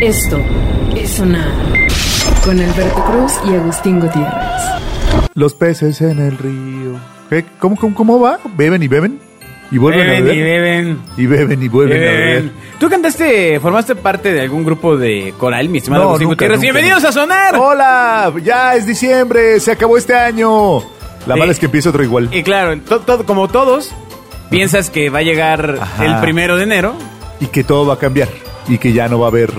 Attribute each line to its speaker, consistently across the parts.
Speaker 1: Esto es sonar con Alberto Cruz y Agustín Gutiérrez.
Speaker 2: Los peces en el río. ¿Qué? ¿Cómo, cómo, cómo va? ¿Beben y beben? ¿Y vuelven
Speaker 3: Beben
Speaker 2: a
Speaker 3: y
Speaker 2: beber?
Speaker 3: beben.
Speaker 2: Y, beben y vuelven a beber.
Speaker 3: beben. Tú cantaste, formaste parte de algún grupo de coral, mi estimado
Speaker 2: No,
Speaker 3: Agustín
Speaker 2: nunca,
Speaker 3: Gutiérrez.
Speaker 2: nunca, Oh.
Speaker 3: ¡Bienvenidos a Sonar!
Speaker 2: ¡Hola! Ya es diciembre, se acabó este año. La
Speaker 3: Sí.
Speaker 2: mala es que empieza otro igual.
Speaker 3: Y claro, to- to- como todos, piensas que va a llegar
Speaker 2: Ajá.
Speaker 3: el primero de enero.
Speaker 2: Y que todo va a cambiar. Y que ya no va a haber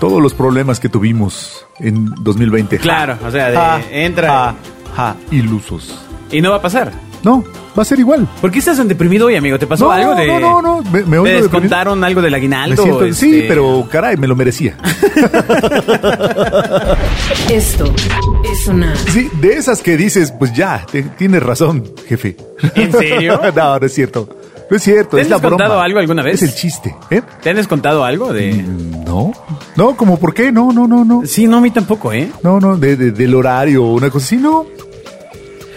Speaker 2: todos los problemas que tuvimos en 2020.
Speaker 3: Claro, o sea, de-
Speaker 2: Ja,
Speaker 3: entra
Speaker 2: ja, ja, ilusos.
Speaker 3: y no va a pasar.
Speaker 2: No, va a ser igual.
Speaker 3: ¿Por qué estás tan deprimido hoy, amigo? ¿Te pasó
Speaker 2: No,
Speaker 3: algo de.?
Speaker 2: no, no, no, me- me
Speaker 3: ¿Te
Speaker 2: oigo deprimido.
Speaker 3: descontaron algo del aguinaldo?
Speaker 2: Me siento- Sí,
Speaker 3: este,
Speaker 2: pero caray, me lo merecía.
Speaker 1: Esto es sonar
Speaker 2: Sí, de esas que dices, pues ya, te- tienes razón, jefe.
Speaker 3: ¿En serio?
Speaker 2: no, no es cierto. No es cierto.
Speaker 3: ¿Te
Speaker 2: es
Speaker 3: han
Speaker 2: la
Speaker 3: descontado
Speaker 2: broma.
Speaker 3: algo alguna vez?
Speaker 2: Es el chiste, ¿eh?
Speaker 3: ¿Te han descontado algo
Speaker 2: Mm.
Speaker 3: de.?
Speaker 2: No. No, como por qué, no, no, no, no.
Speaker 3: Sí, no, a mí tampoco, ¿eh?
Speaker 2: No, no, de- de- del horario o una cosa así, no.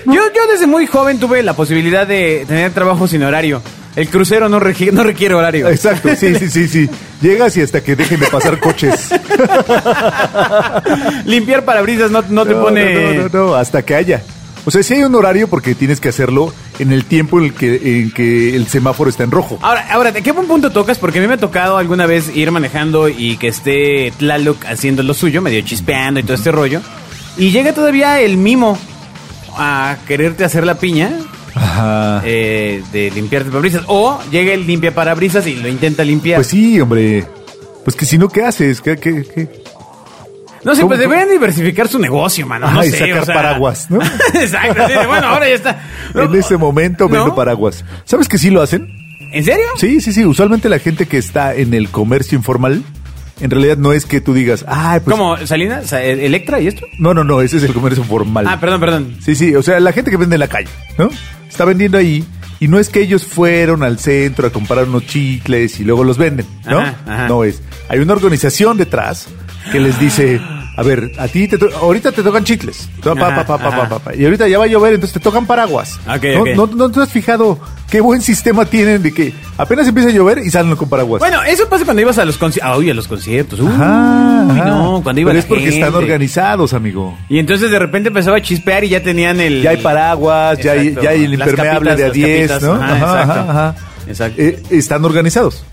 Speaker 3: Yo, yo desde muy joven tuve la posibilidad de tener trabajo sin horario. El crucero no, regi- no requiere horario.
Speaker 2: Exacto, sí, sí, sí, sí. Llegas y hasta que dejen de pasar coches.
Speaker 3: Limpiar parabrisas no, no te pone...
Speaker 2: No, no, no, no, hasta que haya. O sea, sí hay un horario porque tienes que hacerlo en el tiempo en el que, en que el semáforo está en rojo.
Speaker 3: Ahora, ahora, ¿de qué buen punto tocas? Porque a mí me ha tocado alguna vez ir manejando y que esté Tlaloc haciendo lo suyo, medio chispeando y todo este rollo. Y llega todavía el mimo a quererte hacer la piña
Speaker 2: Ajá.
Speaker 3: eh, de limpiarte parabrisas. O llega el limpia parabrisas y lo intenta limpiar.
Speaker 2: Pues sí, hombre. Pues que si no, ¿qué haces? ¿Qué, qué, qué?
Speaker 3: No sé,
Speaker 2: ¿Cómo,
Speaker 3: pues
Speaker 2: cómo?
Speaker 3: deberían diversificar su negocio, mano. No
Speaker 2: Ajá, y
Speaker 3: sé,
Speaker 2: sacar
Speaker 3: o sea.
Speaker 2: paraguas, ¿no?
Speaker 3: Exacto. sí, bueno, ahora ya está. No,
Speaker 2: En ese momento
Speaker 3: ¿no?
Speaker 2: vendo paraguas. ¿Sabes que sí lo hacen?
Speaker 3: ¿En serio?
Speaker 2: Sí, sí, sí. Usualmente la gente que está en el comercio informal, en realidad no es que tú digas, ay, pues.
Speaker 3: ¿Cómo? ¿Salinas? Sa- ¿E- ¿Electra y esto?
Speaker 2: No, no, no, ese es el comercio formal.
Speaker 3: Ah, perdón, perdón.
Speaker 2: Sí, sí, o sea, la gente que vende en la calle, ¿no? Está vendiendo ahí y no es que ellos fueron al centro a comprar unos chicles y luego los venden, ¿no?
Speaker 3: Ajá, ajá.
Speaker 2: No es. Hay una organización detrás que les dice, a ver, a ti te to- ahorita te tocan chicles. ¿no? Pa,
Speaker 3: Ajá,
Speaker 2: pa, pa, pa,
Speaker 3: ajá.
Speaker 2: pa, pa. Y ahorita ya va a llover, entonces te tocan paraguas.
Speaker 3: Ok,
Speaker 2: ¿No,
Speaker 3: ok.
Speaker 2: no- no te has fijado qué buen sistema tienen de que apenas empieza a llover y salen con paraguas?
Speaker 3: Bueno, eso pasa cuando ibas a los conciertos. a los conciertos. Uy,
Speaker 2: Ajá, Ah, ajá.
Speaker 3: no, cuando iba
Speaker 2: Pero
Speaker 3: la
Speaker 2: es porque
Speaker 3: gente.
Speaker 2: están organizados, amigo.
Speaker 3: Y entonces de repente empezaba a chispear y ya tenían el...
Speaker 2: Ya hay paraguas, ya hay,
Speaker 3: Exacto.
Speaker 2: ya hay el
Speaker 3: Las
Speaker 2: impermeable
Speaker 3: capitas,
Speaker 2: de a
Speaker 3: las
Speaker 2: 10,
Speaker 3: capitas.
Speaker 2: ¿no?
Speaker 3: Ajá, exacto. Exacto.
Speaker 2: Eh, están organizados.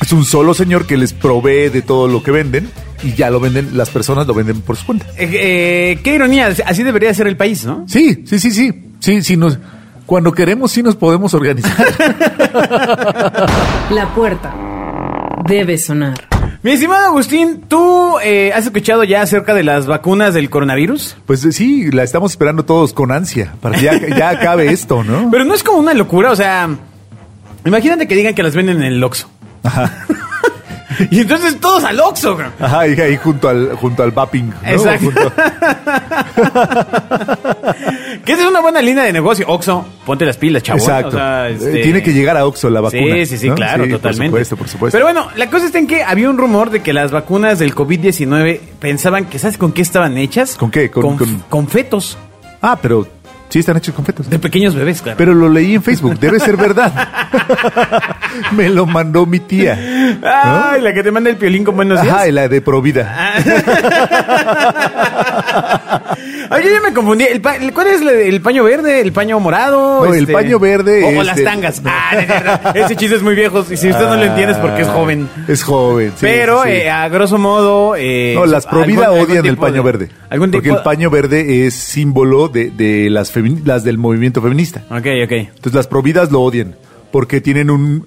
Speaker 2: Es un solo señor que les provee de todo lo que venden y ya lo venden, las personas lo venden por su cuenta.
Speaker 3: Eh, eh, qué ironía, así debería ser el país, ¿no?
Speaker 2: Sí, sí, sí, sí. Sí, sí, nos, cuando queremos sí nos podemos organizar.
Speaker 1: La puerta debe sonar.
Speaker 3: Mi estimado Agustín, ¿tú eh, has escuchado ya acerca de las vacunas del coronavirus?
Speaker 2: Pues eh, sí, la estamos esperando todos con ansia para que ya, ya acabe esto, ¿no?
Speaker 3: Pero no es como una locura, o sea, imagínate que digan que las venden en el Oxxo. y entonces todos al Oxxo, güey.
Speaker 2: Ajá, y ahí junto al, junto al vaping. ¿no?
Speaker 3: Exacto.
Speaker 2: Junto-
Speaker 3: Que esa es una buena línea de negocio. Oxxo, ponte las pilas, chabón.
Speaker 2: Exacto.
Speaker 3: O sea, este-
Speaker 2: Eh, Tiene que llegar a Oxxo la vacuna.
Speaker 3: Sí, sí, sí,
Speaker 2: ¿no?
Speaker 3: claro,
Speaker 2: Por
Speaker 3: totalmente.
Speaker 2: supuesto, por supuesto.
Speaker 3: Pero bueno, la cosa está en que había un rumor de que las vacunas del COVID-19 pensaban que, ¿sabes con qué estaban hechas?
Speaker 2: ¿Con qué? Con-
Speaker 3: Con,
Speaker 2: con-
Speaker 3: con fetos
Speaker 2: Ah, pero sí están hechos con fetos.
Speaker 3: de pequeños bebés, claro.
Speaker 2: Pero lo leí en Facebook, debe ser verdad. Me lo mandó mi tía.
Speaker 3: Ay, la que te manda el piolín con buenos días.
Speaker 2: Ajá, y la de Provida.
Speaker 3: Ah. Ay, yo ya me confundí. ¿El pa- el- ¿Cuál es la- el paño verde? ¿El paño morado? Este,
Speaker 2: No, el paño verde
Speaker 3: O, o
Speaker 2: es
Speaker 3: las
Speaker 2: de-
Speaker 3: tangas. Ah, de verdad. ese chiste es muy viejo. Y si usted no lo entiende es porque es joven.
Speaker 2: Ah, Es joven, sí,
Speaker 3: Pero
Speaker 2: sí, sí.
Speaker 3: eh, a grosso modo... eh,
Speaker 2: no, las Provida
Speaker 3: algún- algún
Speaker 2: odian el
Speaker 3: tipo
Speaker 2: paño
Speaker 3: de-
Speaker 2: verde.
Speaker 3: Algún tipo
Speaker 2: porque el paño verde es símbolo de, de las, femi- las del movimiento feminista.
Speaker 3: Ok, ok.
Speaker 2: Entonces las Providas lo odian porque tienen un,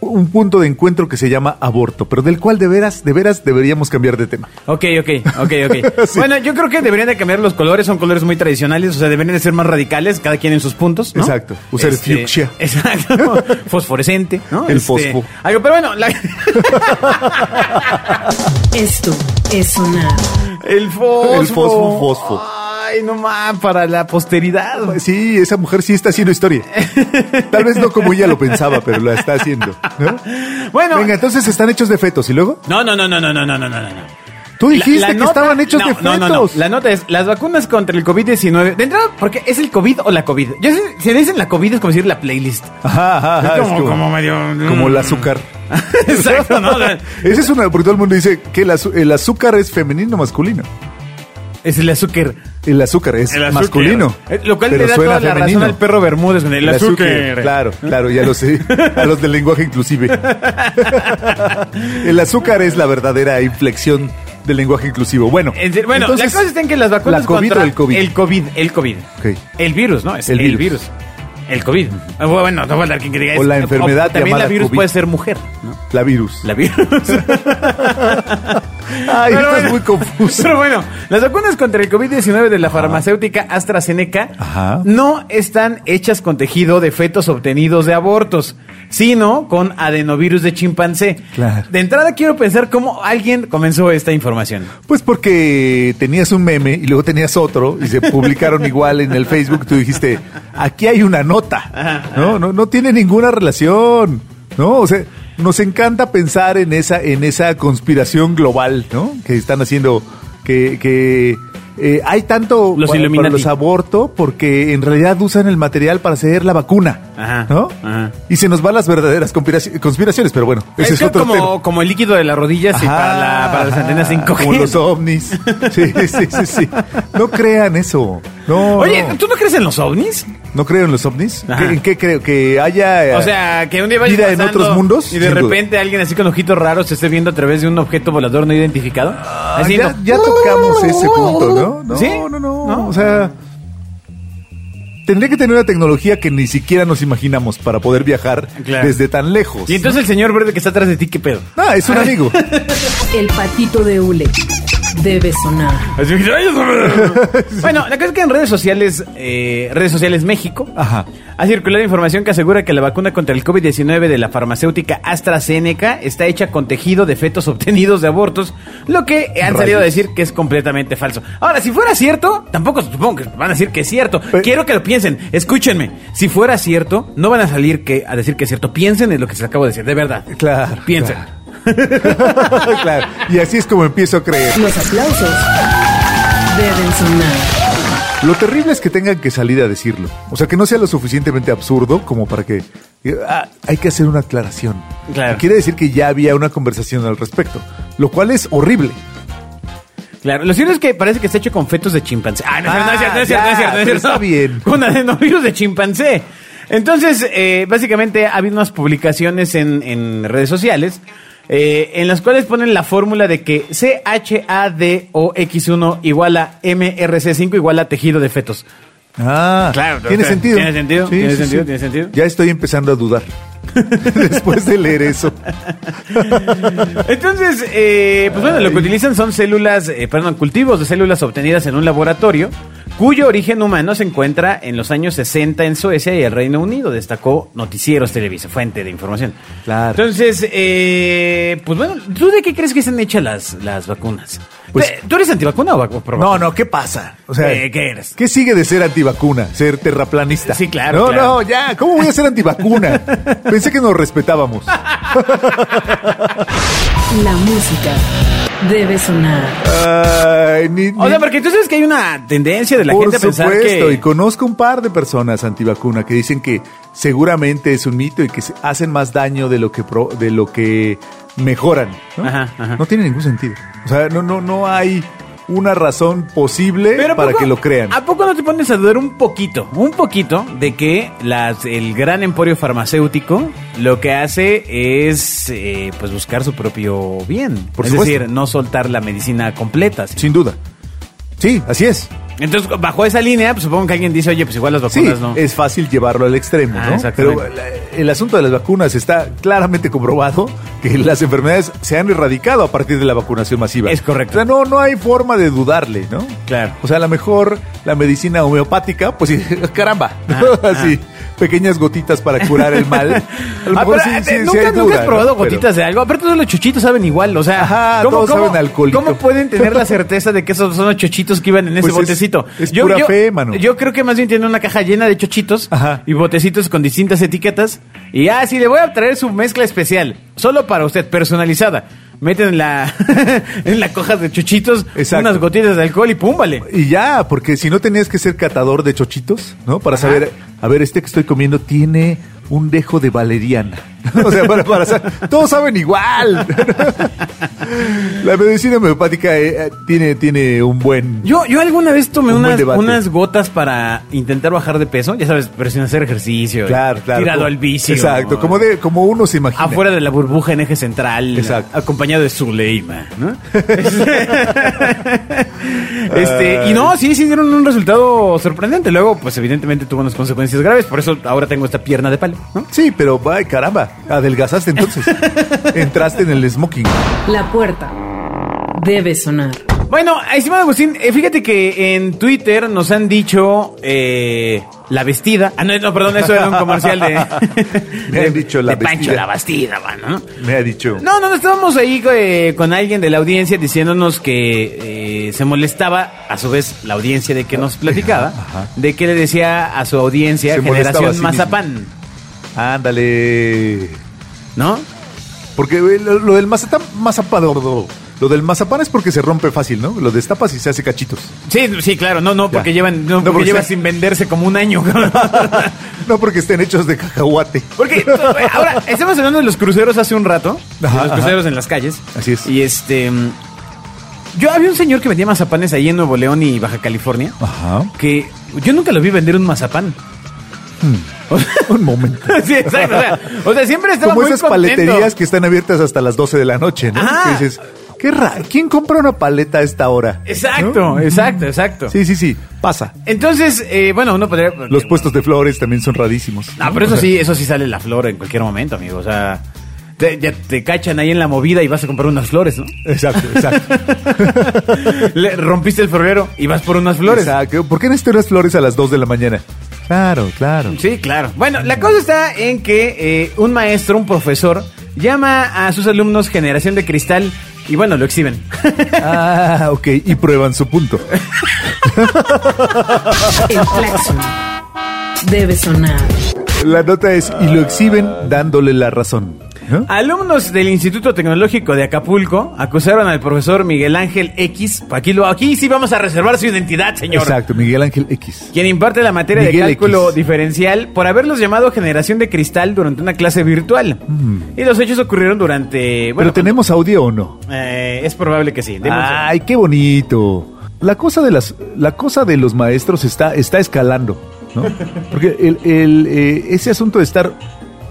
Speaker 2: un punto de encuentro que se llama aborto, pero del cual de veras, de veras deberíamos cambiar de tema.
Speaker 3: Ok, ok, ok, ok.
Speaker 2: Sí.
Speaker 3: Bueno, yo creo que deberían de cambiar los colores, son colores muy tradicionales, o sea, deberían de ser más radicales, cada quien en sus puntos, ¿no? Este,
Speaker 2: Exacto, usar fucsia.
Speaker 3: Exacto, fosforescente, ¿no? Este,
Speaker 2: El fosfo.
Speaker 3: Algo, pero bueno, la-
Speaker 1: Esto es sonar.
Speaker 3: el fosfo.
Speaker 2: El fosfo, fosfo.
Speaker 3: Ay, no más, para la posteridad.
Speaker 2: Sí, esa mujer sí está haciendo historia. Tal vez no como ella lo pensaba, pero la está haciendo. ¿no?
Speaker 3: Bueno.
Speaker 2: Venga, entonces están hechos de fetos. ¿Y luego?
Speaker 3: No, no, no, no, no, no, no, no, no, no.
Speaker 2: Tú dijiste
Speaker 3: La- la
Speaker 2: que
Speaker 3: nota-
Speaker 2: estaban hechos
Speaker 3: no,
Speaker 2: de
Speaker 3: no,
Speaker 2: fetos.
Speaker 3: no, no. La nota es, las vacunas contra el COVID-19. De entrada, porque es el COVID o la COVID. Yo sé, si dicen la COVID es como decir la playlist.
Speaker 2: Ajá, ajá, ajá,
Speaker 3: Es
Speaker 2: Ah, es
Speaker 3: como- como medio- mm.
Speaker 2: Como el azúcar.
Speaker 3: Exacto, ¿no?
Speaker 2: Ese es una... Porque todo el mundo dice que el, azu- el azúcar es femenino o masculino.
Speaker 3: Es el azúcar.
Speaker 2: El azúcar es
Speaker 3: El azúcar.
Speaker 2: masculino.
Speaker 3: Eh, Lo cual
Speaker 2: pero
Speaker 3: le da
Speaker 2: suena
Speaker 3: toda la
Speaker 2: femenino.
Speaker 3: razón al perro Bermúdez con el,
Speaker 2: El
Speaker 3: azúcar.
Speaker 2: Claro, claro, ya lo sé. A los del lenguaje inclusive. El azúcar es la verdadera inflexión del lenguaje inclusivo. Bueno,
Speaker 3: En serio, bueno,
Speaker 2: entonces,
Speaker 3: la cosa está en que las vacunas
Speaker 2: ¿La COVID
Speaker 3: contra
Speaker 2: o el COVID?
Speaker 3: El COVID, el COVID.
Speaker 2: Ok.
Speaker 3: El virus, ¿no? Es
Speaker 2: El
Speaker 3: el,
Speaker 2: virus.
Speaker 3: virus. El COVID. Ah, Bueno, no falta quien diga
Speaker 2: O la enfermedad
Speaker 3: También
Speaker 2: llamada
Speaker 3: la virus
Speaker 2: COVID.
Speaker 3: puede ser mujer, ¿no?
Speaker 2: la virus.
Speaker 3: La virus.
Speaker 2: Ay, esto
Speaker 3: Pero
Speaker 2: es
Speaker 3: bueno.
Speaker 2: muy confuso.
Speaker 3: Pero bueno, las vacunas contra el COVID-19 de la farmacéutica AstraZeneca
Speaker 2: Ajá.
Speaker 3: no están hechas con tejido de fetos obtenidos de abortos, sino con adenovirus de chimpancé.
Speaker 2: Claro.
Speaker 3: De entrada quiero pensar cómo alguien comenzó esta información.
Speaker 2: Pues porque tenías un meme y luego tenías otro y se publicaron igual en el Facebook. Tú dijiste, aquí hay una nota. No, no, no tiene ninguna relación. No, o sea, nos encanta pensar en esa, en esa conspiración global, ¿no? Que están haciendo que, que eh, hay tanto
Speaker 3: Los
Speaker 2: para, para
Speaker 3: Illuminati.
Speaker 2: los aborto porque en realidad usan el material para hacer la vacuna,
Speaker 3: Ajá,
Speaker 2: ¿no?
Speaker 3: ajá.
Speaker 2: Y se nos van las verdaderas conspiraci- conspiraciones, pero bueno, ese es,
Speaker 3: que
Speaker 2: otro tema.
Speaker 3: como, como el líquido de las rodillas y
Speaker 2: Ajá,
Speaker 3: para, la- para las antenas 5G.
Speaker 2: Como los ovnis. Sí, sí, sí, sí. No crean eso. No.
Speaker 3: Oye,
Speaker 2: no.
Speaker 3: ¿tú no crees en los ovnis?
Speaker 2: ¿No creo en los ovnis?
Speaker 3: Ajá.
Speaker 2: ¿Qué- ¿En qué creo? ¿Que haya eh,
Speaker 3: O sea, que un día vayas
Speaker 2: vida en
Speaker 3: pasando
Speaker 2: otros mundos?
Speaker 3: y de
Speaker 2: Sin duda.
Speaker 3: repente alguien así con ojitos raros se esté viendo a través de un objeto volador no identificado.
Speaker 2: Ah,
Speaker 3: Así,
Speaker 2: ya,
Speaker 3: ¿no?
Speaker 2: ya tocamos ese punto, ¿no? No,
Speaker 3: ¿Sí?
Speaker 2: no, no,
Speaker 3: ¿No?
Speaker 2: O sea. Tendría que tener una tecnología que ni siquiera nos imaginamos para poder viajar
Speaker 3: Claro.
Speaker 2: desde tan lejos.
Speaker 3: Y entonces el señor verde que está atrás de ti, ¿qué pedo?
Speaker 2: Ah, es un amigo.
Speaker 1: El patito de Ule debe sonar.
Speaker 3: Así que, "Ay, eso me-". bueno, la cosa es que en redes sociales, eh, redes sociales México,
Speaker 2: Ajá.
Speaker 3: ha circulado información que asegura que la vacuna contra el COVID-19 de la farmacéutica AstraZeneca está hecha con tejido de fetos obtenidos de abortos, lo que han salido a
Speaker 2: Rayos.
Speaker 3: decir que es completamente falso. Ahora, si fuera cierto, tampoco supongo que van a decir que es cierto.
Speaker 2: Pe-
Speaker 3: Quiero que lo piensen, escúchenme. Si fuera cierto, no van a salir que, a decir que es cierto. Piensen en lo que se acabo de decir, de verdad.
Speaker 2: Claro,
Speaker 3: Piensen.
Speaker 2: claro. claro. Y así es como empiezo a creer.
Speaker 1: Los aplausos deben sonar.
Speaker 2: Lo terrible es que tengan que salir a decirlo. O sea, que no sea lo suficientemente absurdo como para que... eh, ah, hay que hacer una aclaración.
Speaker 3: Claro.
Speaker 2: Quiere decir que ya había una conversación al respecto, lo cual es horrible.
Speaker 3: Claro, lo cierto es que parece que está hecho con fetos de chimpancé. Ah, no,
Speaker 2: Ah,
Speaker 3: es cierto, no es cierto, no es cierto, no
Speaker 2: ya,
Speaker 3: es
Speaker 2: pero
Speaker 3: cierto.
Speaker 2: está bien.
Speaker 3: Con adenovirus de chimpancé. Entonces, eh, básicamente ha habido unas publicaciones en, en redes sociales eh, en las cuales ponen la fórmula de que CHADOX1 igual a MRC5 igual a tejido de fetos.
Speaker 2: Ah,
Speaker 3: Claro,
Speaker 2: tiene
Speaker 3: claro.
Speaker 2: sentido.
Speaker 3: Tiene sentido, tiene sentido, tiene sentido.
Speaker 2: Ya estoy empezando a dudar después de leer eso.
Speaker 3: Entonces, eh, pues bueno, lo que utilizan son células, eh, perdón, cultivos de células obtenidas en un laboratorio cuyo origen humano se encuentra en los años 60 en Suecia y el Reino Unido, destacó Noticieros Televisa, fuente de información.
Speaker 2: Claro.
Speaker 3: Entonces, eh, pues bueno, ¿tú de qué crees que están hechas las, las vacunas?
Speaker 2: Pues-
Speaker 3: Te- ¿Tú eres antivacuna o vacu- pro
Speaker 2: No,
Speaker 3: vacuna?
Speaker 2: no, ¿qué pasa? O sea,
Speaker 3: Eh, ¿qué eres?
Speaker 2: ¿Qué sigue de ser antivacuna? Ser terraplanista.
Speaker 3: Sí, claro,
Speaker 2: No,
Speaker 3: claro.
Speaker 2: no, ya, ¿cómo voy a ser antivacuna? Pensé que nos respetábamos.
Speaker 1: La música debe sonar.
Speaker 2: Ay, ni-
Speaker 3: O sea,
Speaker 2: ni-
Speaker 3: porque tú sabes que hay una tendencia de la
Speaker 2: Por
Speaker 3: gente a pensar
Speaker 2: supuesto,
Speaker 3: que...
Speaker 2: y conozco un par de personas antivacuna que dicen que seguramente es un mito y que se- hacen más daño de lo que pro- de lo que mejoran. ¿no?
Speaker 3: Ajá, ajá.
Speaker 2: No tiene ningún sentido. O sea, no, no, no hay una razón posible
Speaker 3: Pero ¿a
Speaker 2: Eh, para
Speaker 3: poco-
Speaker 2: que lo crean.
Speaker 3: ¿A poco no te pones a dudar un poquito? Un poquito de que las, el gran emporio farmacéutico lo que hace es eh, pues buscar su propio bien.
Speaker 2: Por
Speaker 3: es
Speaker 2: supuesto.
Speaker 3: decir, no soltar la medicina completa. ¿sí?
Speaker 2: Sin duda. Sí, así es.
Speaker 3: Entonces, bajo esa línea, pues, supongo que alguien dice, oye, pues igual las
Speaker 2: Sí,
Speaker 3: vacunas no.
Speaker 2: es fácil llevarlo al extremo,
Speaker 3: Ah,
Speaker 2: ¿no?
Speaker 3: exactamente.
Speaker 2: Pero la- el asunto de las vacunas está claramente comprobado que las enfermedades se han erradicado a partir de la vacunación masiva.
Speaker 3: Es correcto.
Speaker 2: O sea, no, no hay forma de dudarle, ¿no?
Speaker 3: Claro.
Speaker 2: O sea, a lo mejor la medicina homeopática, pues sí, caramba, ¿no?
Speaker 3: Ah,
Speaker 2: así, pequeñas gotitas para curar el mal. A lo
Speaker 3: Ah,
Speaker 2: mejor
Speaker 3: pero,
Speaker 2: sí-
Speaker 3: eh,
Speaker 2: sí- sí
Speaker 3: nunca,
Speaker 2: hay
Speaker 3: nunca
Speaker 2: duda,
Speaker 3: has probado
Speaker 2: ¿no? Pero-
Speaker 3: gotitas de algo. Aparte, todos los chuchitos saben igual. O sea,
Speaker 2: Ajá, todos saben alcohólico.
Speaker 3: ¿Cómo pueden tener la certeza de que esos son los chuchitos que iban en ese
Speaker 2: Pues es-
Speaker 3: botecito?
Speaker 2: es pura fe, mano.
Speaker 3: Yo creo que más bien tienen una caja llena de chuchitos
Speaker 2: Ajá.
Speaker 3: y botecitos con distintas etiquetas. Y ah, sí, le voy a traer su mezcla especial. Solo para usted, personalizada. meten en la, en la coja de chuchitos
Speaker 2: Exacto.
Speaker 3: unas gotitas de alcohol y púmbale.
Speaker 2: Y ya, porque si no tenías que ser catador de chochitos, ¿no? Para saber, a ver, este que estoy comiendo tiene un dejo de valeriana. o sea, para, para sa- todos saben igual. La medicina homeopática eh, eh, tiene, tiene un buen...
Speaker 3: Yo, yo alguna vez tomé
Speaker 2: Un buen
Speaker 3: unas,
Speaker 2: debate.
Speaker 3: unas gotas para intentar bajar de peso, ya sabes, pero sin hacer ejercicio.
Speaker 2: Claro, claro.
Speaker 3: Tirado
Speaker 2: como-
Speaker 3: al vicio.
Speaker 2: Exacto, como, de, como uno se imagina.
Speaker 3: Afuera de la burbuja en eje central,
Speaker 2: Exacto.
Speaker 3: acompañado de Zuleima, ¿no? este, y no, sí, sí dieron un resultado sorprendente. Luego, pues evidentemente tuvo unas consecuencias graves, por eso ahora tengo esta pierna de palo, ¿no?
Speaker 2: Sí, pero, ay, caramba, adelgazaste entonces. Entraste en el smoking.
Speaker 1: La puerta debe sonar.
Speaker 3: Bueno, estimado Agustín, eh, fíjate que en Twitter nos han dicho eh, la vestida. Ah, no, no, perdón, eso era un comercial de.
Speaker 2: Me han dicho la
Speaker 3: de Pancho
Speaker 2: vestida.
Speaker 3: la bastida, mano.
Speaker 2: Me ha dicho.
Speaker 3: No, no, no, estábamos ahí eh, con alguien de la audiencia diciéndonos que eh, se molestaba, a su vez, la audiencia de que nos platicaba,
Speaker 2: Ajá.
Speaker 3: de que le decía a su audiencia
Speaker 2: Se molestaba a
Speaker 3: Generación
Speaker 2: sí
Speaker 3: Mazapán,
Speaker 2: Ándale.
Speaker 3: ¿no?
Speaker 2: Porque eh, lo, lo del mazapán, mazapán, lo del mazapán es porque se rompe fácil, ¿no? Lo destapas y se hace cachitos.
Speaker 3: Sí, sí, claro, no, no,
Speaker 2: Ya.
Speaker 3: porque llevan,
Speaker 2: No,
Speaker 3: no,
Speaker 2: pues
Speaker 3: porque
Speaker 2: porque
Speaker 3: lleva
Speaker 2: sea-
Speaker 3: sin venderse como un año.
Speaker 2: No porque estén hechos de cacahuate.
Speaker 3: Porque Pues, ahora, estamos hablando de los cruceros hace un rato. de
Speaker 2: Ajá,
Speaker 3: los
Speaker 2: ajá.
Speaker 3: cruceros en las calles.
Speaker 2: Así es.
Speaker 3: Y este. mm, Yo había un señor que vendía mazapanes ahí en Nuevo León y Baja California.
Speaker 2: Ajá.
Speaker 3: Que yo nunca lo vi vender un mazapán.
Speaker 2: Un momento.
Speaker 3: sí, exacto. O sea, o sea, siempre estaba
Speaker 2: Como
Speaker 3: muy
Speaker 2: esas
Speaker 3: contento. Ah.
Speaker 2: paleterías que están abiertas hasta las 12 de la noche, ¿no?
Speaker 3: Ajá.
Speaker 2: Que dices, qué ra- ¿quién compra una paleta a esta hora?
Speaker 3: Exacto,
Speaker 2: ¿No?
Speaker 3: exacto, exacto.
Speaker 2: Sí, sí, sí, pasa.
Speaker 3: Entonces, eh, bueno, uno podría.
Speaker 2: Los pues- puestos de flores también son rarísimos.
Speaker 3: Ah, pero eso sí, eso sí sale la flor en cualquier momento, amigo. O sea, te, ya te cachan ahí en la movida y vas a comprar unas flores, ¿no?
Speaker 2: Exacto, exacto.
Speaker 3: Le rompiste el florero y vas por unas flores.
Speaker 2: Exacto. ¿Por qué necesito unas flores a las 2 de la mañana? Claro, claro.
Speaker 3: Sí, claro. Bueno, la cosa está en que eh, un maestro, un profesor, llama a sus alumnos generación de cristal y bueno, lo exhiben.
Speaker 2: Ah, ok. Y prueban su punto.
Speaker 1: El claxon debe sonar.
Speaker 2: La nota es, y lo exhiben dándole la razón.
Speaker 3: Ah,
Speaker 2: ¿no?
Speaker 3: alumnos del Instituto Tecnológico de Acapulco acusaron al profesor Miguel Ángel X. Aquí, lo, aquí sí vamos a reservar su identidad, señor.
Speaker 2: Exacto, Miguel Ángel X.
Speaker 3: Quien imparte la materia
Speaker 2: Miguel
Speaker 3: de cálculo
Speaker 2: X.
Speaker 3: diferencial por haberlos llamado generación de cristal durante una clase virtual. Y los hechos ocurrieron durante.
Speaker 2: Mm. ¿Pero
Speaker 3: Bueno,
Speaker 2: tenemos audio o no?
Speaker 3: eh, es probable que sí. Demos-
Speaker 2: Ay, qué bonito. La cosa de las, la cosa de los maestros está, está escalando, ¿no? Porque el, el, eh, ese asunto de estar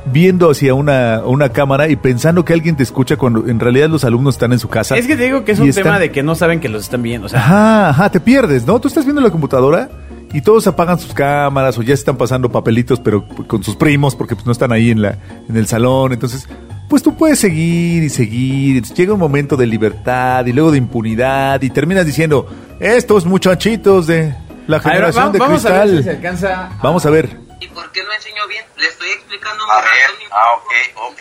Speaker 2: viendo hacia una, una cámara y pensando que alguien te escucha cuando en realidad los alumnos están en su casa.
Speaker 3: Es que te digo que es
Speaker 2: y
Speaker 3: un
Speaker 2: están-
Speaker 3: tema de que no saben que los están viendo. O sea,
Speaker 2: Ajá, ajá, te pierdes, ¿no? Tú estás viendo la computadora y todos apagan sus cámaras o ya están pasando papelitos, pero con sus primos porque pues, no están ahí en, la, en el salón. Entonces, pues tú puedes seguir y seguir. Llega un momento de libertad y luego de impunidad y terminas diciendo, estos muchachitos de la
Speaker 3: A ver,
Speaker 2: generación
Speaker 3: va-
Speaker 2: de
Speaker 3: vamos a
Speaker 2: cristal.
Speaker 3: ver si se alcanza. a-
Speaker 2: Vamos a ver.
Speaker 4: ¿Y por qué no enseñó bien? Le estoy explicando mi
Speaker 5: A ver,
Speaker 4: razón y-
Speaker 5: ah, ok, ok,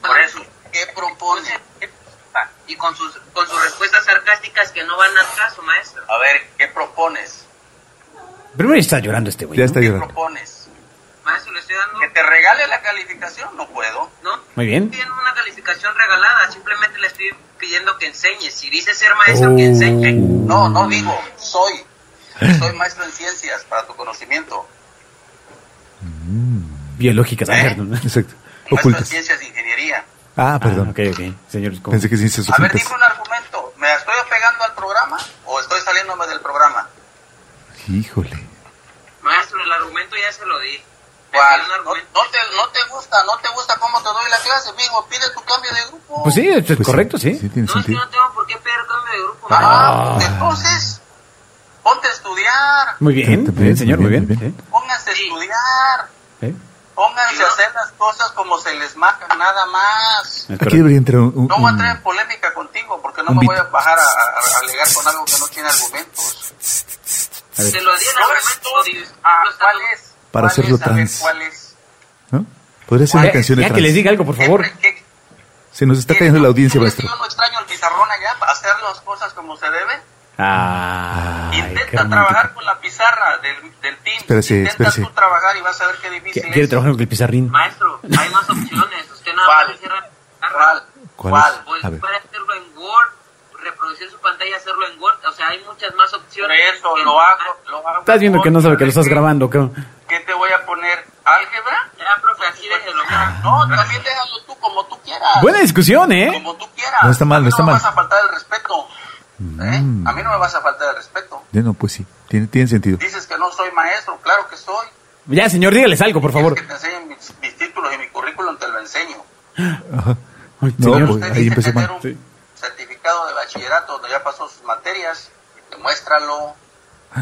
Speaker 5: por eso.
Speaker 4: ¿Qué propone? Y con sus, con sus respuestas sarcásticas que no van al caso, maestro.
Speaker 5: A ver, ¿qué propones?
Speaker 3: Primero ya está llorando este güey.
Speaker 2: Ya
Speaker 3: ¿no?
Speaker 2: está
Speaker 5: ¿Qué
Speaker 2: llorando.
Speaker 5: propones?
Speaker 4: Maestro, le estoy dando...
Speaker 5: ¿Que te regale la calificación? No puedo.
Speaker 4: ¿No?
Speaker 3: Muy bien.
Speaker 4: Tiene una calificación regalada, simplemente le estoy pidiendo que enseñe. Si dice ser maestro, que enseñe.
Speaker 5: No, no digo, soy. Soy maestro en ciencias, para tu conocimiento.
Speaker 3: Biológicas.
Speaker 5: ¿Eh?
Speaker 3: ¿no?
Speaker 2: Exacto.
Speaker 5: Maestro en
Speaker 2: Ocultas.
Speaker 5: ciencias e ingeniería.
Speaker 2: Ah,
Speaker 3: Ah,
Speaker 2: perdón.
Speaker 3: ok, ok. Señor, ¿cómo?
Speaker 2: Pensé que sí se
Speaker 5: A ver,
Speaker 2: ocultas.
Speaker 5: dime un argumento. ¿Me estoy apegando al programa o estoy saliéndome del programa?
Speaker 2: Híjole.
Speaker 4: Maestro, el argumento ya se lo di. Le
Speaker 5: ¿Cuál?
Speaker 4: pedí un
Speaker 5: No,
Speaker 4: argumento.
Speaker 5: no te, no te gusta, no te gusta cómo te doy la clase, mijo. Pide tu cambio de grupo.
Speaker 3: Pues sí, esto es
Speaker 2: Pues
Speaker 3: correcto, sí.
Speaker 2: Sí, tiene
Speaker 4: No, es que
Speaker 2: sentido.
Speaker 4: no tengo por qué pedir cambio de grupo.
Speaker 5: Ah, entonces, ponte a estudiar.
Speaker 3: Muy bien,
Speaker 2: Exacto,
Speaker 3: muy bien, señor, muy bien.
Speaker 5: Pónganse a
Speaker 4: Sí.
Speaker 5: estudiar.
Speaker 3: ¿eh? ¿eh?
Speaker 5: Pónganse a
Speaker 4: No.
Speaker 5: hacer las cosas como se les marca, nada más.
Speaker 3: Es
Speaker 2: Aquí
Speaker 3: correcto.
Speaker 2: debería entrar un... un-
Speaker 5: No voy a entrar
Speaker 2: un-
Speaker 5: en polémica contigo porque no
Speaker 2: Un
Speaker 5: me voy a
Speaker 2: beat.
Speaker 5: bajar a, a- a alegar con algo que no tiene argumentos.
Speaker 3: A ver.
Speaker 4: Se lo di el
Speaker 5: No es
Speaker 4: argumento.
Speaker 5: todo.
Speaker 4: sí,
Speaker 5: Ah,
Speaker 4: lo está-
Speaker 5: ¿Cuál es?
Speaker 2: Para
Speaker 5: ¿Cuál
Speaker 2: hacerlo
Speaker 5: es? A ver,
Speaker 2: trans.
Speaker 5: ¿Cuál es?
Speaker 2: ¿no? Podría ser una
Speaker 3: Ya-
Speaker 2: canción de
Speaker 3: Eh, ya que
Speaker 2: trans.
Speaker 3: les diga algo, por favor.
Speaker 5: ¿Qué- qué-
Speaker 2: Se nos está cayendo la audiencia,
Speaker 5: ¿Tú crees
Speaker 2: maestro.
Speaker 5: que Yo no extraño el pizarrón allá, para hacer las cosas como se debe.
Speaker 3: Ay, qué
Speaker 5: Intenta
Speaker 3: romántico.
Speaker 5: trabajar con la pizarra del, del team.
Speaker 2: Espérese,
Speaker 5: Intenta
Speaker 2: espérese.
Speaker 5: tú trabajar y vas a ver qué difícil
Speaker 3: Quiere
Speaker 5: es.
Speaker 3: trabajar con el pizarrín.
Speaker 4: Maestro, hay más opciones. Usted nada más
Speaker 5: ¿Cuál?
Speaker 4: le cierra...
Speaker 5: ¿Cuál?
Speaker 2: ¿Cuál es?
Speaker 4: Pues
Speaker 2: A ver.
Speaker 4: puede hacerlo en Word, reproducir su pantalla, hacerlo en Word. O sea, hay muchas más
Speaker 5: Por
Speaker 4: opciones.
Speaker 5: eso
Speaker 4: que-
Speaker 5: lo hago, lo hago.
Speaker 3: Estás viendo que no sabe que lo estás
Speaker 5: ¿Qué-
Speaker 3: grabando, cabrón.
Speaker 5: ¿Qué te voy a poner? ¿Álgebra?
Speaker 4: Ya, profe, así déjelo.
Speaker 2: Ah,
Speaker 5: No, también déjalo tú como tú quieras.
Speaker 3: Buena discusión, ¿eh?
Speaker 5: Como tú quieras.
Speaker 2: No está mal,
Speaker 5: A mí
Speaker 2: no está
Speaker 5: me
Speaker 2: mal. Mm.
Speaker 5: vas a faltar el respeto. ¿eh? A mí no me vas a faltar el respeto.
Speaker 2: Ya No, pues sí, tiene, tiene sentido.
Speaker 5: Dices que no soy maestro, claro que soy.
Speaker 3: Ya, señor, dígales algo, por favor.
Speaker 5: Quieres Que te enseñen mis, mis títulos y mi currículum, te lo enseño.
Speaker 2: Ajá.
Speaker 3: Ay,
Speaker 2: No,
Speaker 3: señor.
Speaker 2: pues,
Speaker 5: Usted
Speaker 2: ahí
Speaker 5: dice
Speaker 2: empezó
Speaker 5: tener
Speaker 2: mal.
Speaker 5: un certificado de bachillerato donde ya pasó sus materias. Demuéstralo.
Speaker 2: Ah.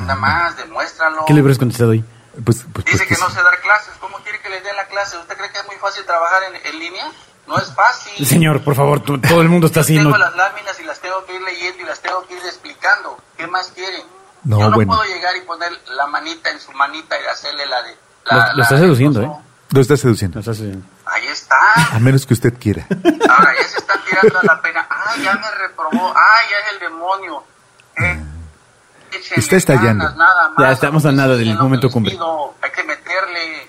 Speaker 5: Nada más, demuéstralo.
Speaker 3: ¿Qué le hubieras contestado hoy?
Speaker 2: Pues, pues, pues,
Speaker 5: Dice que
Speaker 2: pues,
Speaker 5: no sé dar clases. ¿Cómo quiere que le dé la clase? ¿Usted cree que es muy fácil trabajar en, en línea? No es fácil.
Speaker 3: Señor, por favor, tú- todo el mundo está así.
Speaker 5: tengo
Speaker 3: no-
Speaker 5: las láminas y las tengo que ir leyendo y las tengo que ir explicando. ¿Qué más quieren?
Speaker 2: No,
Speaker 5: Yo no
Speaker 2: bueno.
Speaker 5: puedo llegar y poner la manita en su manita y hacerle la de... La,
Speaker 3: Lo- lo
Speaker 5: la-
Speaker 3: estás seduciendo, ¿eh?
Speaker 5: no.
Speaker 2: Lo está seduciendo.
Speaker 3: No seas, eh,
Speaker 5: Ahí está.
Speaker 2: A menos que usted quiera.
Speaker 5: Ahora ya se está tirando a la pena. Ah, ya me reprobó. Ah, ya es el demonio. Eh, échenle
Speaker 2: Está estallando.
Speaker 5: ganas, nada más.
Speaker 3: Ya estamos a nada del
Speaker 5: Sí, lo que
Speaker 3: momento
Speaker 5: les
Speaker 3: cumbre.
Speaker 5: pido. Hay que meterle...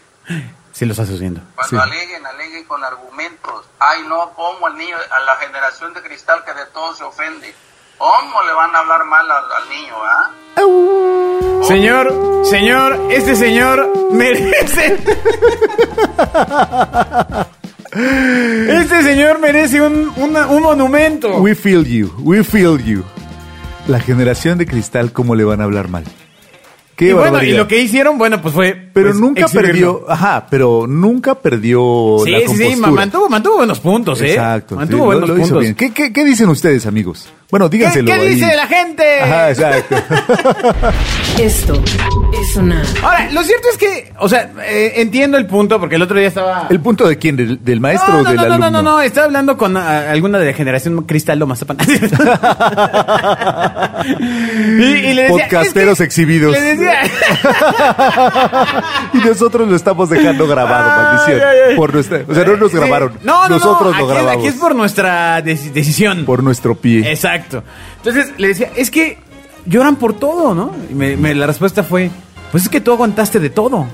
Speaker 3: Sí, lo estás haciendo.
Speaker 5: Cuando aleguen, aleguen con argumentos. Ay, no, ¿cómo al niño, a la generación de cristal que de todo se ofende? ¿Cómo le van a hablar mal al, al niño, ah?
Speaker 3: Señor, señor, este señor merece. Este señor merece un, una- un monumento.
Speaker 2: We feel you, we feel you. La generación de cristal, ¿cómo le van a hablar mal? Qué
Speaker 3: y bueno,
Speaker 2: barbaridad.
Speaker 3: y lo que hicieron, bueno, pues fue.
Speaker 2: Pero
Speaker 3: pues,
Speaker 2: nunca
Speaker 3: exhibirlo.
Speaker 2: perdió, ajá, pero nunca perdió
Speaker 3: Sí,
Speaker 2: la
Speaker 3: sí, sí,
Speaker 2: compostura.
Speaker 3: ma- mantuvo, mantuvo buenos puntos, ¿eh?
Speaker 2: Exacto. sí,
Speaker 3: Mantuvo
Speaker 2: lo-
Speaker 3: buenos
Speaker 2: lo hizo
Speaker 3: puntos.
Speaker 2: bien. ¿Qué, qué, qué dicen ustedes, amigos? Bueno,
Speaker 3: ¿Qué,
Speaker 2: díganselo.
Speaker 3: qué
Speaker 2: ahí.
Speaker 3: dice la gente?
Speaker 2: Ajá, exacto.
Speaker 1: Esto es sonar.
Speaker 3: Ahora, lo cierto es que, o sea, eh, entiendo el punto, porque el otro día estaba.
Speaker 2: ¿El punto de quién? ¿Del, del maestro
Speaker 3: no,
Speaker 2: o
Speaker 3: no,
Speaker 2: del
Speaker 3: no, no,
Speaker 2: alumno?
Speaker 3: no, no, no, estaba hablando con ah, alguna de la generación Cristaldo Mazapán. y, y le decía,
Speaker 2: Podcasteros exhibidos.
Speaker 3: Le decía,
Speaker 2: Y nosotros lo estamos dejando grabado, maldición.
Speaker 3: Ay, ay, ay.
Speaker 2: Por nuestra- o sea, no nos
Speaker 3: Sí.
Speaker 2: grabaron.
Speaker 3: No, no,
Speaker 2: nosotros
Speaker 3: no,
Speaker 2: lo
Speaker 3: aquí, es-
Speaker 2: grabamos.
Speaker 3: Aquí es por nuestra deci- decisión.
Speaker 2: Por nuestro pie.
Speaker 3: Exacto. Entonces le decía, es que lloran por todo, ¿no? Y me, me- la respuesta fue, pues es que tú aguantaste de todo.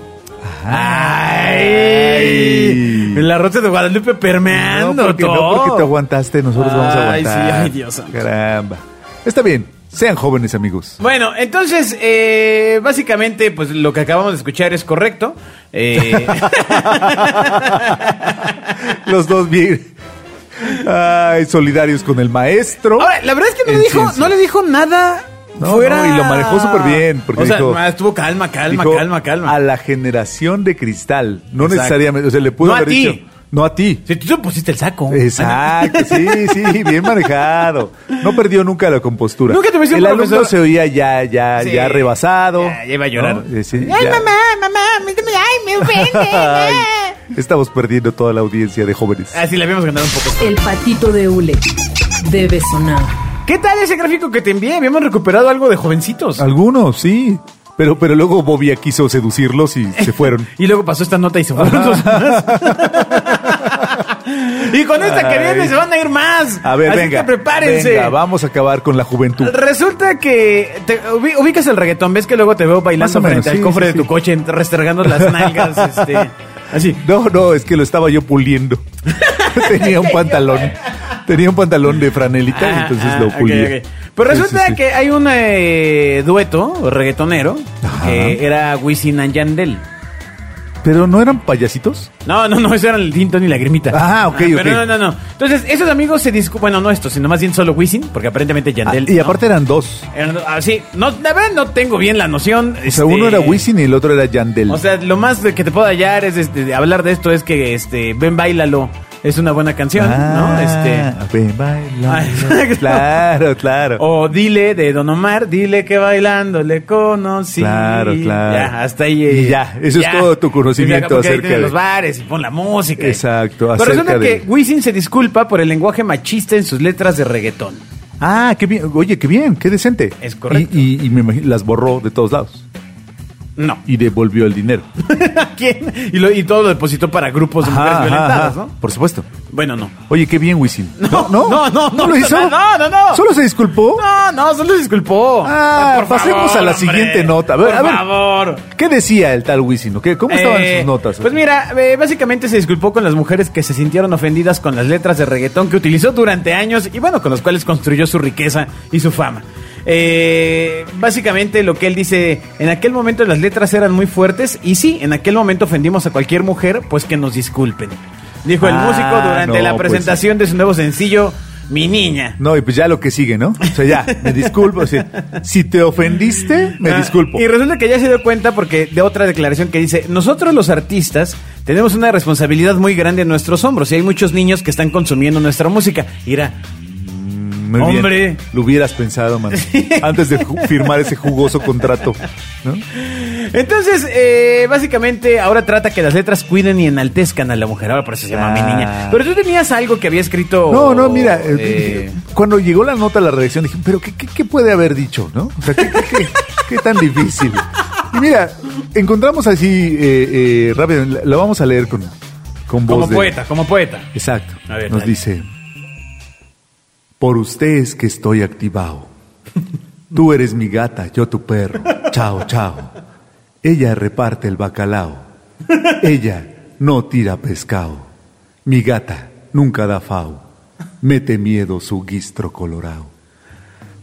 Speaker 3: Ay, la rosa de Guadalupe permeando
Speaker 2: No, porque,
Speaker 3: todo.
Speaker 2: no, porque te aguantaste, nosotros vamos a
Speaker 3: Ay, sí,
Speaker 2: aguantar.
Speaker 3: ay, Dios santo.
Speaker 2: Caramba. Está bien, sean jóvenes, amigos.
Speaker 3: Bueno, entonces, eh, básicamente, pues lo que acabamos de escuchar es correcto. Eh,
Speaker 2: Los dos bien. Ay, solidarios con el maestro.
Speaker 3: ahora, la verdad es que no,
Speaker 2: En
Speaker 3: dijo,
Speaker 2: ciencia.
Speaker 3: no le dijo nada
Speaker 2: No,
Speaker 3: fuera.
Speaker 2: no, y lo manejó súper bien, porque
Speaker 3: o sea,
Speaker 2: dijo-
Speaker 3: ah, estuvo calma, calma,
Speaker 2: Dijo,
Speaker 3: calma, calma.
Speaker 2: A la generación de cristal. No
Speaker 3: Exacto.
Speaker 2: necesariamente. O sea, le pudo
Speaker 3: No a
Speaker 2: haber
Speaker 3: ti.
Speaker 2: dicho. No a ti.
Speaker 3: Si tú te pusiste el saco.
Speaker 2: Exacto, sí, sí, bien manejado. No perdió nunca la compostura.
Speaker 3: Nunca te hubiese un
Speaker 2: El alumno
Speaker 3: profesor-
Speaker 2: se oía ya, ya,
Speaker 3: Sí.
Speaker 2: ya rebasado.
Speaker 3: Ya, ya iba a llorar.
Speaker 2: ¿no? Eh, sí,
Speaker 6: Ay,
Speaker 2: ya.
Speaker 6: mamá, mamá, me- me- ay, me ofende.
Speaker 2: Ay,
Speaker 6: ah.
Speaker 2: estamos perdiendo toda la audiencia de jóvenes.
Speaker 3: Así le habíamos ganado un poco.
Speaker 1: El patito de hule debe sonar.
Speaker 3: ¿Qué tal ese gráfico que te envié? Habíamos recuperado algo de jovencitos.
Speaker 2: Algunos, sí. Pero, pero luego Bobia quiso seducirlos y se fueron.
Speaker 3: Y luego pasó esta nota y se fueron dos más. y con esta que
Speaker 2: Ay.
Speaker 3: viene se van a ir más.
Speaker 2: A ver,
Speaker 3: Así
Speaker 2: venga.
Speaker 3: que prepárense.
Speaker 2: Venga, vamos a acabar con la juventud.
Speaker 3: Resulta que te, ubi- ubicas el reggaetón, ves que luego te veo
Speaker 2: Más
Speaker 3: bailando
Speaker 2: o menos,
Speaker 3: frente al
Speaker 2: sí,
Speaker 3: cofre
Speaker 2: sí,
Speaker 3: de tu
Speaker 2: sí.
Speaker 3: coche, ent- restregando las nalgas, este, así.
Speaker 2: No, no, es que lo estaba yo puliendo. Tenía un pantalón. Tenía un pantalón de franelita y
Speaker 3: Ah,
Speaker 2: entonces
Speaker 3: ah,
Speaker 2: lo
Speaker 3: ok,
Speaker 2: pulía.
Speaker 3: ok. Pero
Speaker 2: Sí, sí,
Speaker 3: resulta
Speaker 2: sí.
Speaker 3: que hay un eh, dueto reggaetonero
Speaker 2: Ajá.
Speaker 3: que era Wisin and Yandel.
Speaker 2: ¿Pero no eran payasitos?
Speaker 3: No, no, no, eso era el tinto ni lagrimita.
Speaker 2: Ah, ok,
Speaker 3: Pero
Speaker 2: ok.
Speaker 3: no, no, no. Entonces, esos amigos se disculpan. Bueno, no estos, sino más bien solo Wisin, porque aparentemente
Speaker 2: Ah,
Speaker 3: Yandel.
Speaker 2: y aparte eran dos.
Speaker 3: Así, no, la verdad no tengo bien la noción.
Speaker 2: O
Speaker 3: este,
Speaker 2: sea, uno era Wisin y el otro era Yandel.
Speaker 3: O sea, lo más de que te puedo hallar es este, de hablar de esto es que este, ven, bailalo. Es una buena canción, ¿no? Este.
Speaker 2: Ah, ven, baila.
Speaker 3: Ah, exacto.
Speaker 2: Claro, claro.
Speaker 3: O dile de Don Omar, dile que bailando le conocí.
Speaker 2: Claro, claro.
Speaker 3: Ya, hasta ahí. eh,
Speaker 2: Y ya, eso es todo tu conocimiento
Speaker 3: Porque ahí
Speaker 2: acerca
Speaker 3: tienen
Speaker 2: de-
Speaker 3: los bares y pon la música.
Speaker 2: Exacto,
Speaker 3: Pero resulta
Speaker 2: acerca de-
Speaker 3: que Wisin se disculpa por el lenguaje machista en sus letras de reggaetón.
Speaker 2: Ah, qué bien. Oye, qué bien, qué decente.
Speaker 3: Es correcto.
Speaker 2: Y, y- y me imagino- las borró de todos lados.
Speaker 3: No.
Speaker 2: Y devolvió el dinero.
Speaker 3: ¿Quién? Y, lo- y todo lo depositó para grupos de
Speaker 2: Ajá,
Speaker 3: mujeres
Speaker 2: ajá,
Speaker 3: violentadas,
Speaker 2: ajá.
Speaker 3: ¿no?
Speaker 2: Por supuesto.
Speaker 3: Bueno, no.
Speaker 2: Oye, qué bien, Wisin.
Speaker 3: No, no, no, no,
Speaker 2: lo hizo?
Speaker 3: no, no, no.
Speaker 2: ¿Solo se disculpó?
Speaker 3: No, no, solo se disculpó.
Speaker 2: Ah, pasemos a la
Speaker 3: hombre.
Speaker 2: siguiente nota. A ver,
Speaker 3: por
Speaker 2: a ver.
Speaker 3: favor.
Speaker 2: ¿Qué decía el tal Wisin? ¿O qué? ¿Cómo estaban
Speaker 3: Eh,
Speaker 2: sus notas?
Speaker 3: Pues mira, eh, básicamente se disculpó con las mujeres que se sintieron ofendidas con las letras de reggaetón que utilizó durante años y bueno, con las cuales construyó su riqueza y su fama. Eh, básicamente lo que él dice, en aquel momento las letras eran muy fuertes y sí, en aquel momento ofendimos a cualquier mujer, pues que nos disculpen. Dijo el
Speaker 2: Ah,
Speaker 3: músico durante
Speaker 2: no,
Speaker 3: la
Speaker 2: pues
Speaker 3: presentación de su nuevo sencillo, Mi Niña.
Speaker 2: No, y pues ya lo que sigue, ¿no? O sea, ya, me disculpo. o sea, si te ofendiste, me
Speaker 3: Ah,
Speaker 2: disculpo.
Speaker 3: Y resulta que ya se dio cuenta porque de otra declaración que dice, nosotros los artistas tenemos una responsabilidad muy grande en nuestros hombros y hay muchos niños que están consumiendo nuestra música. Irá,
Speaker 2: Muy bien.
Speaker 3: hombre.
Speaker 2: Lo hubieras pensado, man. Antes de ju- firmar ese jugoso contrato. ¿no?
Speaker 3: Entonces, eh, básicamente, ahora trata que las letras cuiden y enaltezcan a la mujer. Ahora por eso se llama mi niña. Pero tú tenías algo que había escrito.
Speaker 2: No, no, mira, eh,
Speaker 3: Oh, eh,
Speaker 2: cuando llegó la nota a la redacción dije, pero qué, qué- qué puede haber dicho, ¿no? O sea, ¿qué, qué- qué- qué tan difícil? Y mira, encontramos así eh, eh, rápido, la, la vamos a leer con, con voz
Speaker 3: como
Speaker 2: de-
Speaker 3: poeta, como poeta.
Speaker 2: Exacto.
Speaker 3: A ver,
Speaker 2: Nos
Speaker 3: dale.
Speaker 2: dice, por usted es que estoy activado. Tú eres mi gata, yo tu perro. Chao, chao. Ella reparte el bacalao. Ella no tira pescado. Mi gata nunca da fao. Mete miedo su guistro colorado.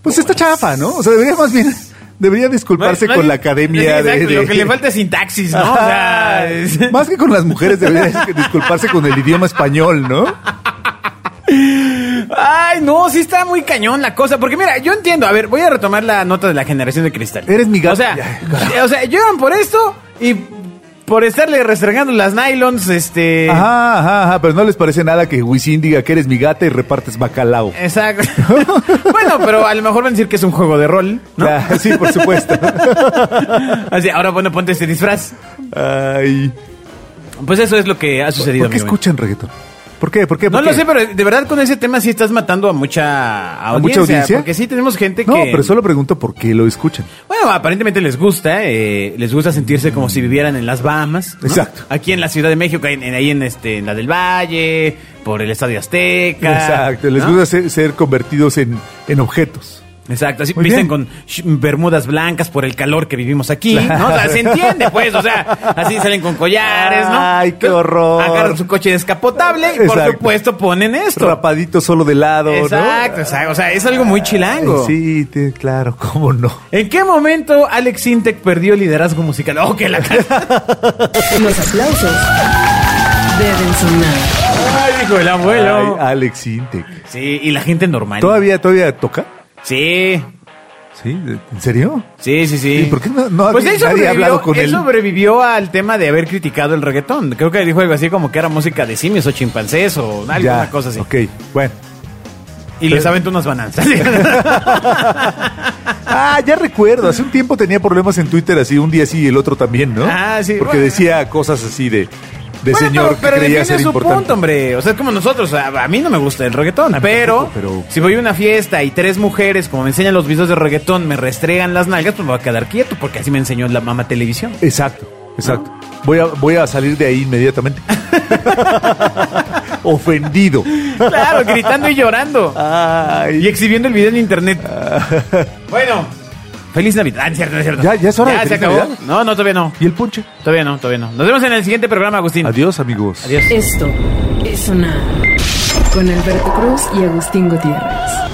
Speaker 2: Pues esta chafa, ¿no? O sea, debería más bien... Debería disculparse
Speaker 3: No, no,
Speaker 2: con la academia
Speaker 3: exacto,
Speaker 2: de, de-
Speaker 3: Lo que le falta es sintaxis, ¿no? O sea, es-
Speaker 2: Más que con las mujeres debería disculparse con el idioma español, ¿no?
Speaker 3: Ay, no, sí está muy cañón la cosa. Porque mira, yo entiendo. A ver, voy a retomar la nota de la generación de cristal.
Speaker 2: Eres mi gato.
Speaker 3: O sea, eh,
Speaker 2: Ay, carajo.
Speaker 3: o sea lloran por esto y por estarle restregando las nylons, este.
Speaker 2: Ajá, ajá, ajá, pero no les parece nada que Wisin diga que eres mi gata y repartes bacalao.
Speaker 3: Exacto. bueno, pero a lo mejor van a decir que es un juego de rol, ¿no?
Speaker 2: Ah, sí, por supuesto.
Speaker 3: Así, ahora bueno, ponte este disfraz.
Speaker 2: Ay.
Speaker 3: Pues eso es lo que ha sucedido.
Speaker 2: ¿Por qué
Speaker 3: amigo mío.
Speaker 2: escuchan reggaetón? ¿Por qué? ¿Por qué?
Speaker 3: No
Speaker 2: ¿Por
Speaker 3: lo
Speaker 2: qué?
Speaker 3: sé, pero de verdad con ese tema sí estás matando a mucha audiencia.
Speaker 2: ¿A mucha audiencia?
Speaker 3: Porque sí tenemos gente
Speaker 2: No,
Speaker 3: que...
Speaker 2: pero solo pregunto por qué lo escuchan.
Speaker 3: Bueno, aparentemente les gusta, eh, les gusta sentirse como si vivieran en las Bahamas. ¿no?
Speaker 2: Exacto.
Speaker 3: Aquí en la Ciudad de México, en- en- ahí en, este, en la del Valle, por el Estadio Azteca.
Speaker 2: Exacto, les
Speaker 3: ¿no?
Speaker 2: gusta ser, ser convertidos en, en objetos.
Speaker 3: Exacto, así
Speaker 2: Muy
Speaker 3: visten
Speaker 2: bien.
Speaker 3: con sh- bermudas blancas por el calor que vivimos aquí, ¿no? O sea, se entiende, pues, o sea, así salen con collares, ¿no?
Speaker 2: Ay, qué horror.
Speaker 3: Agarran su coche descapotable y, por
Speaker 2: Exacto.
Speaker 3: supuesto, ponen esto.
Speaker 2: Rapaditos solo de lado, ¿no?
Speaker 3: Exacto, exacto, o sea, es algo muy chilango.
Speaker 2: Ay, sí, te- claro, cómo no.
Speaker 3: ¿En qué momento Alex Intec perdió el liderazgo musical? ¡Oh, que la
Speaker 1: Los aplausos deben sonar.
Speaker 3: ¡Ay, dijo el
Speaker 2: Ay,
Speaker 3: abuelo!
Speaker 2: Alex Intec.
Speaker 3: Sí, y la gente normal.
Speaker 2: ¿Todavía, todavía toca?
Speaker 3: Sí,
Speaker 2: ¿Sí? ¿En serio?
Speaker 3: sí, sí, sí.
Speaker 2: ¿Y por qué no- no
Speaker 3: pues
Speaker 2: había- nadie
Speaker 3: él sobrevivió,
Speaker 2: ha hablado con
Speaker 3: él
Speaker 2: él?
Speaker 3: sobrevivió al tema de haber criticado el reggaetón. Creo que dijo algo así como que era música de simios o chimpancés o alguna
Speaker 2: Ya,
Speaker 3: cosa así.
Speaker 2: Ok, bueno.
Speaker 3: Y les aventó unas bananas.
Speaker 2: Ah, ya recuerdo. Hace un tiempo tenía problemas en Twitter así, un día sí y el otro también, ¿no?
Speaker 3: Ah, sí,
Speaker 2: Porque
Speaker 3: bueno.
Speaker 2: decía cosas así de, de
Speaker 3: Bueno,
Speaker 2: señor
Speaker 3: pero, pero
Speaker 2: que creía
Speaker 3: defiende
Speaker 2: ser
Speaker 3: su
Speaker 2: importante.
Speaker 3: punto, hombre. O sea, es como nosotros. A, a mí no me gusta el reggaetón. pero,
Speaker 2: tampoco, pero-
Speaker 3: si voy a una fiesta y tres mujeres, como me enseñan los videos de reggaetón, me restregan las nalgas, pues me voy a quedar quieto porque así me enseñó la mamá televisión.
Speaker 2: Exacto, exacto. Voy a, voy a salir de ahí inmediatamente. Ofendido.
Speaker 3: Claro, gritando y llorando.
Speaker 2: Ay. Ah.
Speaker 3: Y exhibiendo el video en internet. bueno. Feliz Navidad. Ah, no es cierto, no es cierto.
Speaker 2: Ya- ya es hora de
Speaker 3: se
Speaker 2: Feliz
Speaker 3: acabó.
Speaker 2: Navidad.
Speaker 3: No, no, todavía no.
Speaker 2: ¿Y el ponche?
Speaker 3: Todavía no, todavía no. Nos vemos en el siguiente programa, Agustín.
Speaker 2: Adiós, amigos.
Speaker 3: Adiós.
Speaker 1: Esto es sonar. Con Alberto Cruz y Agustín Gutiérrez.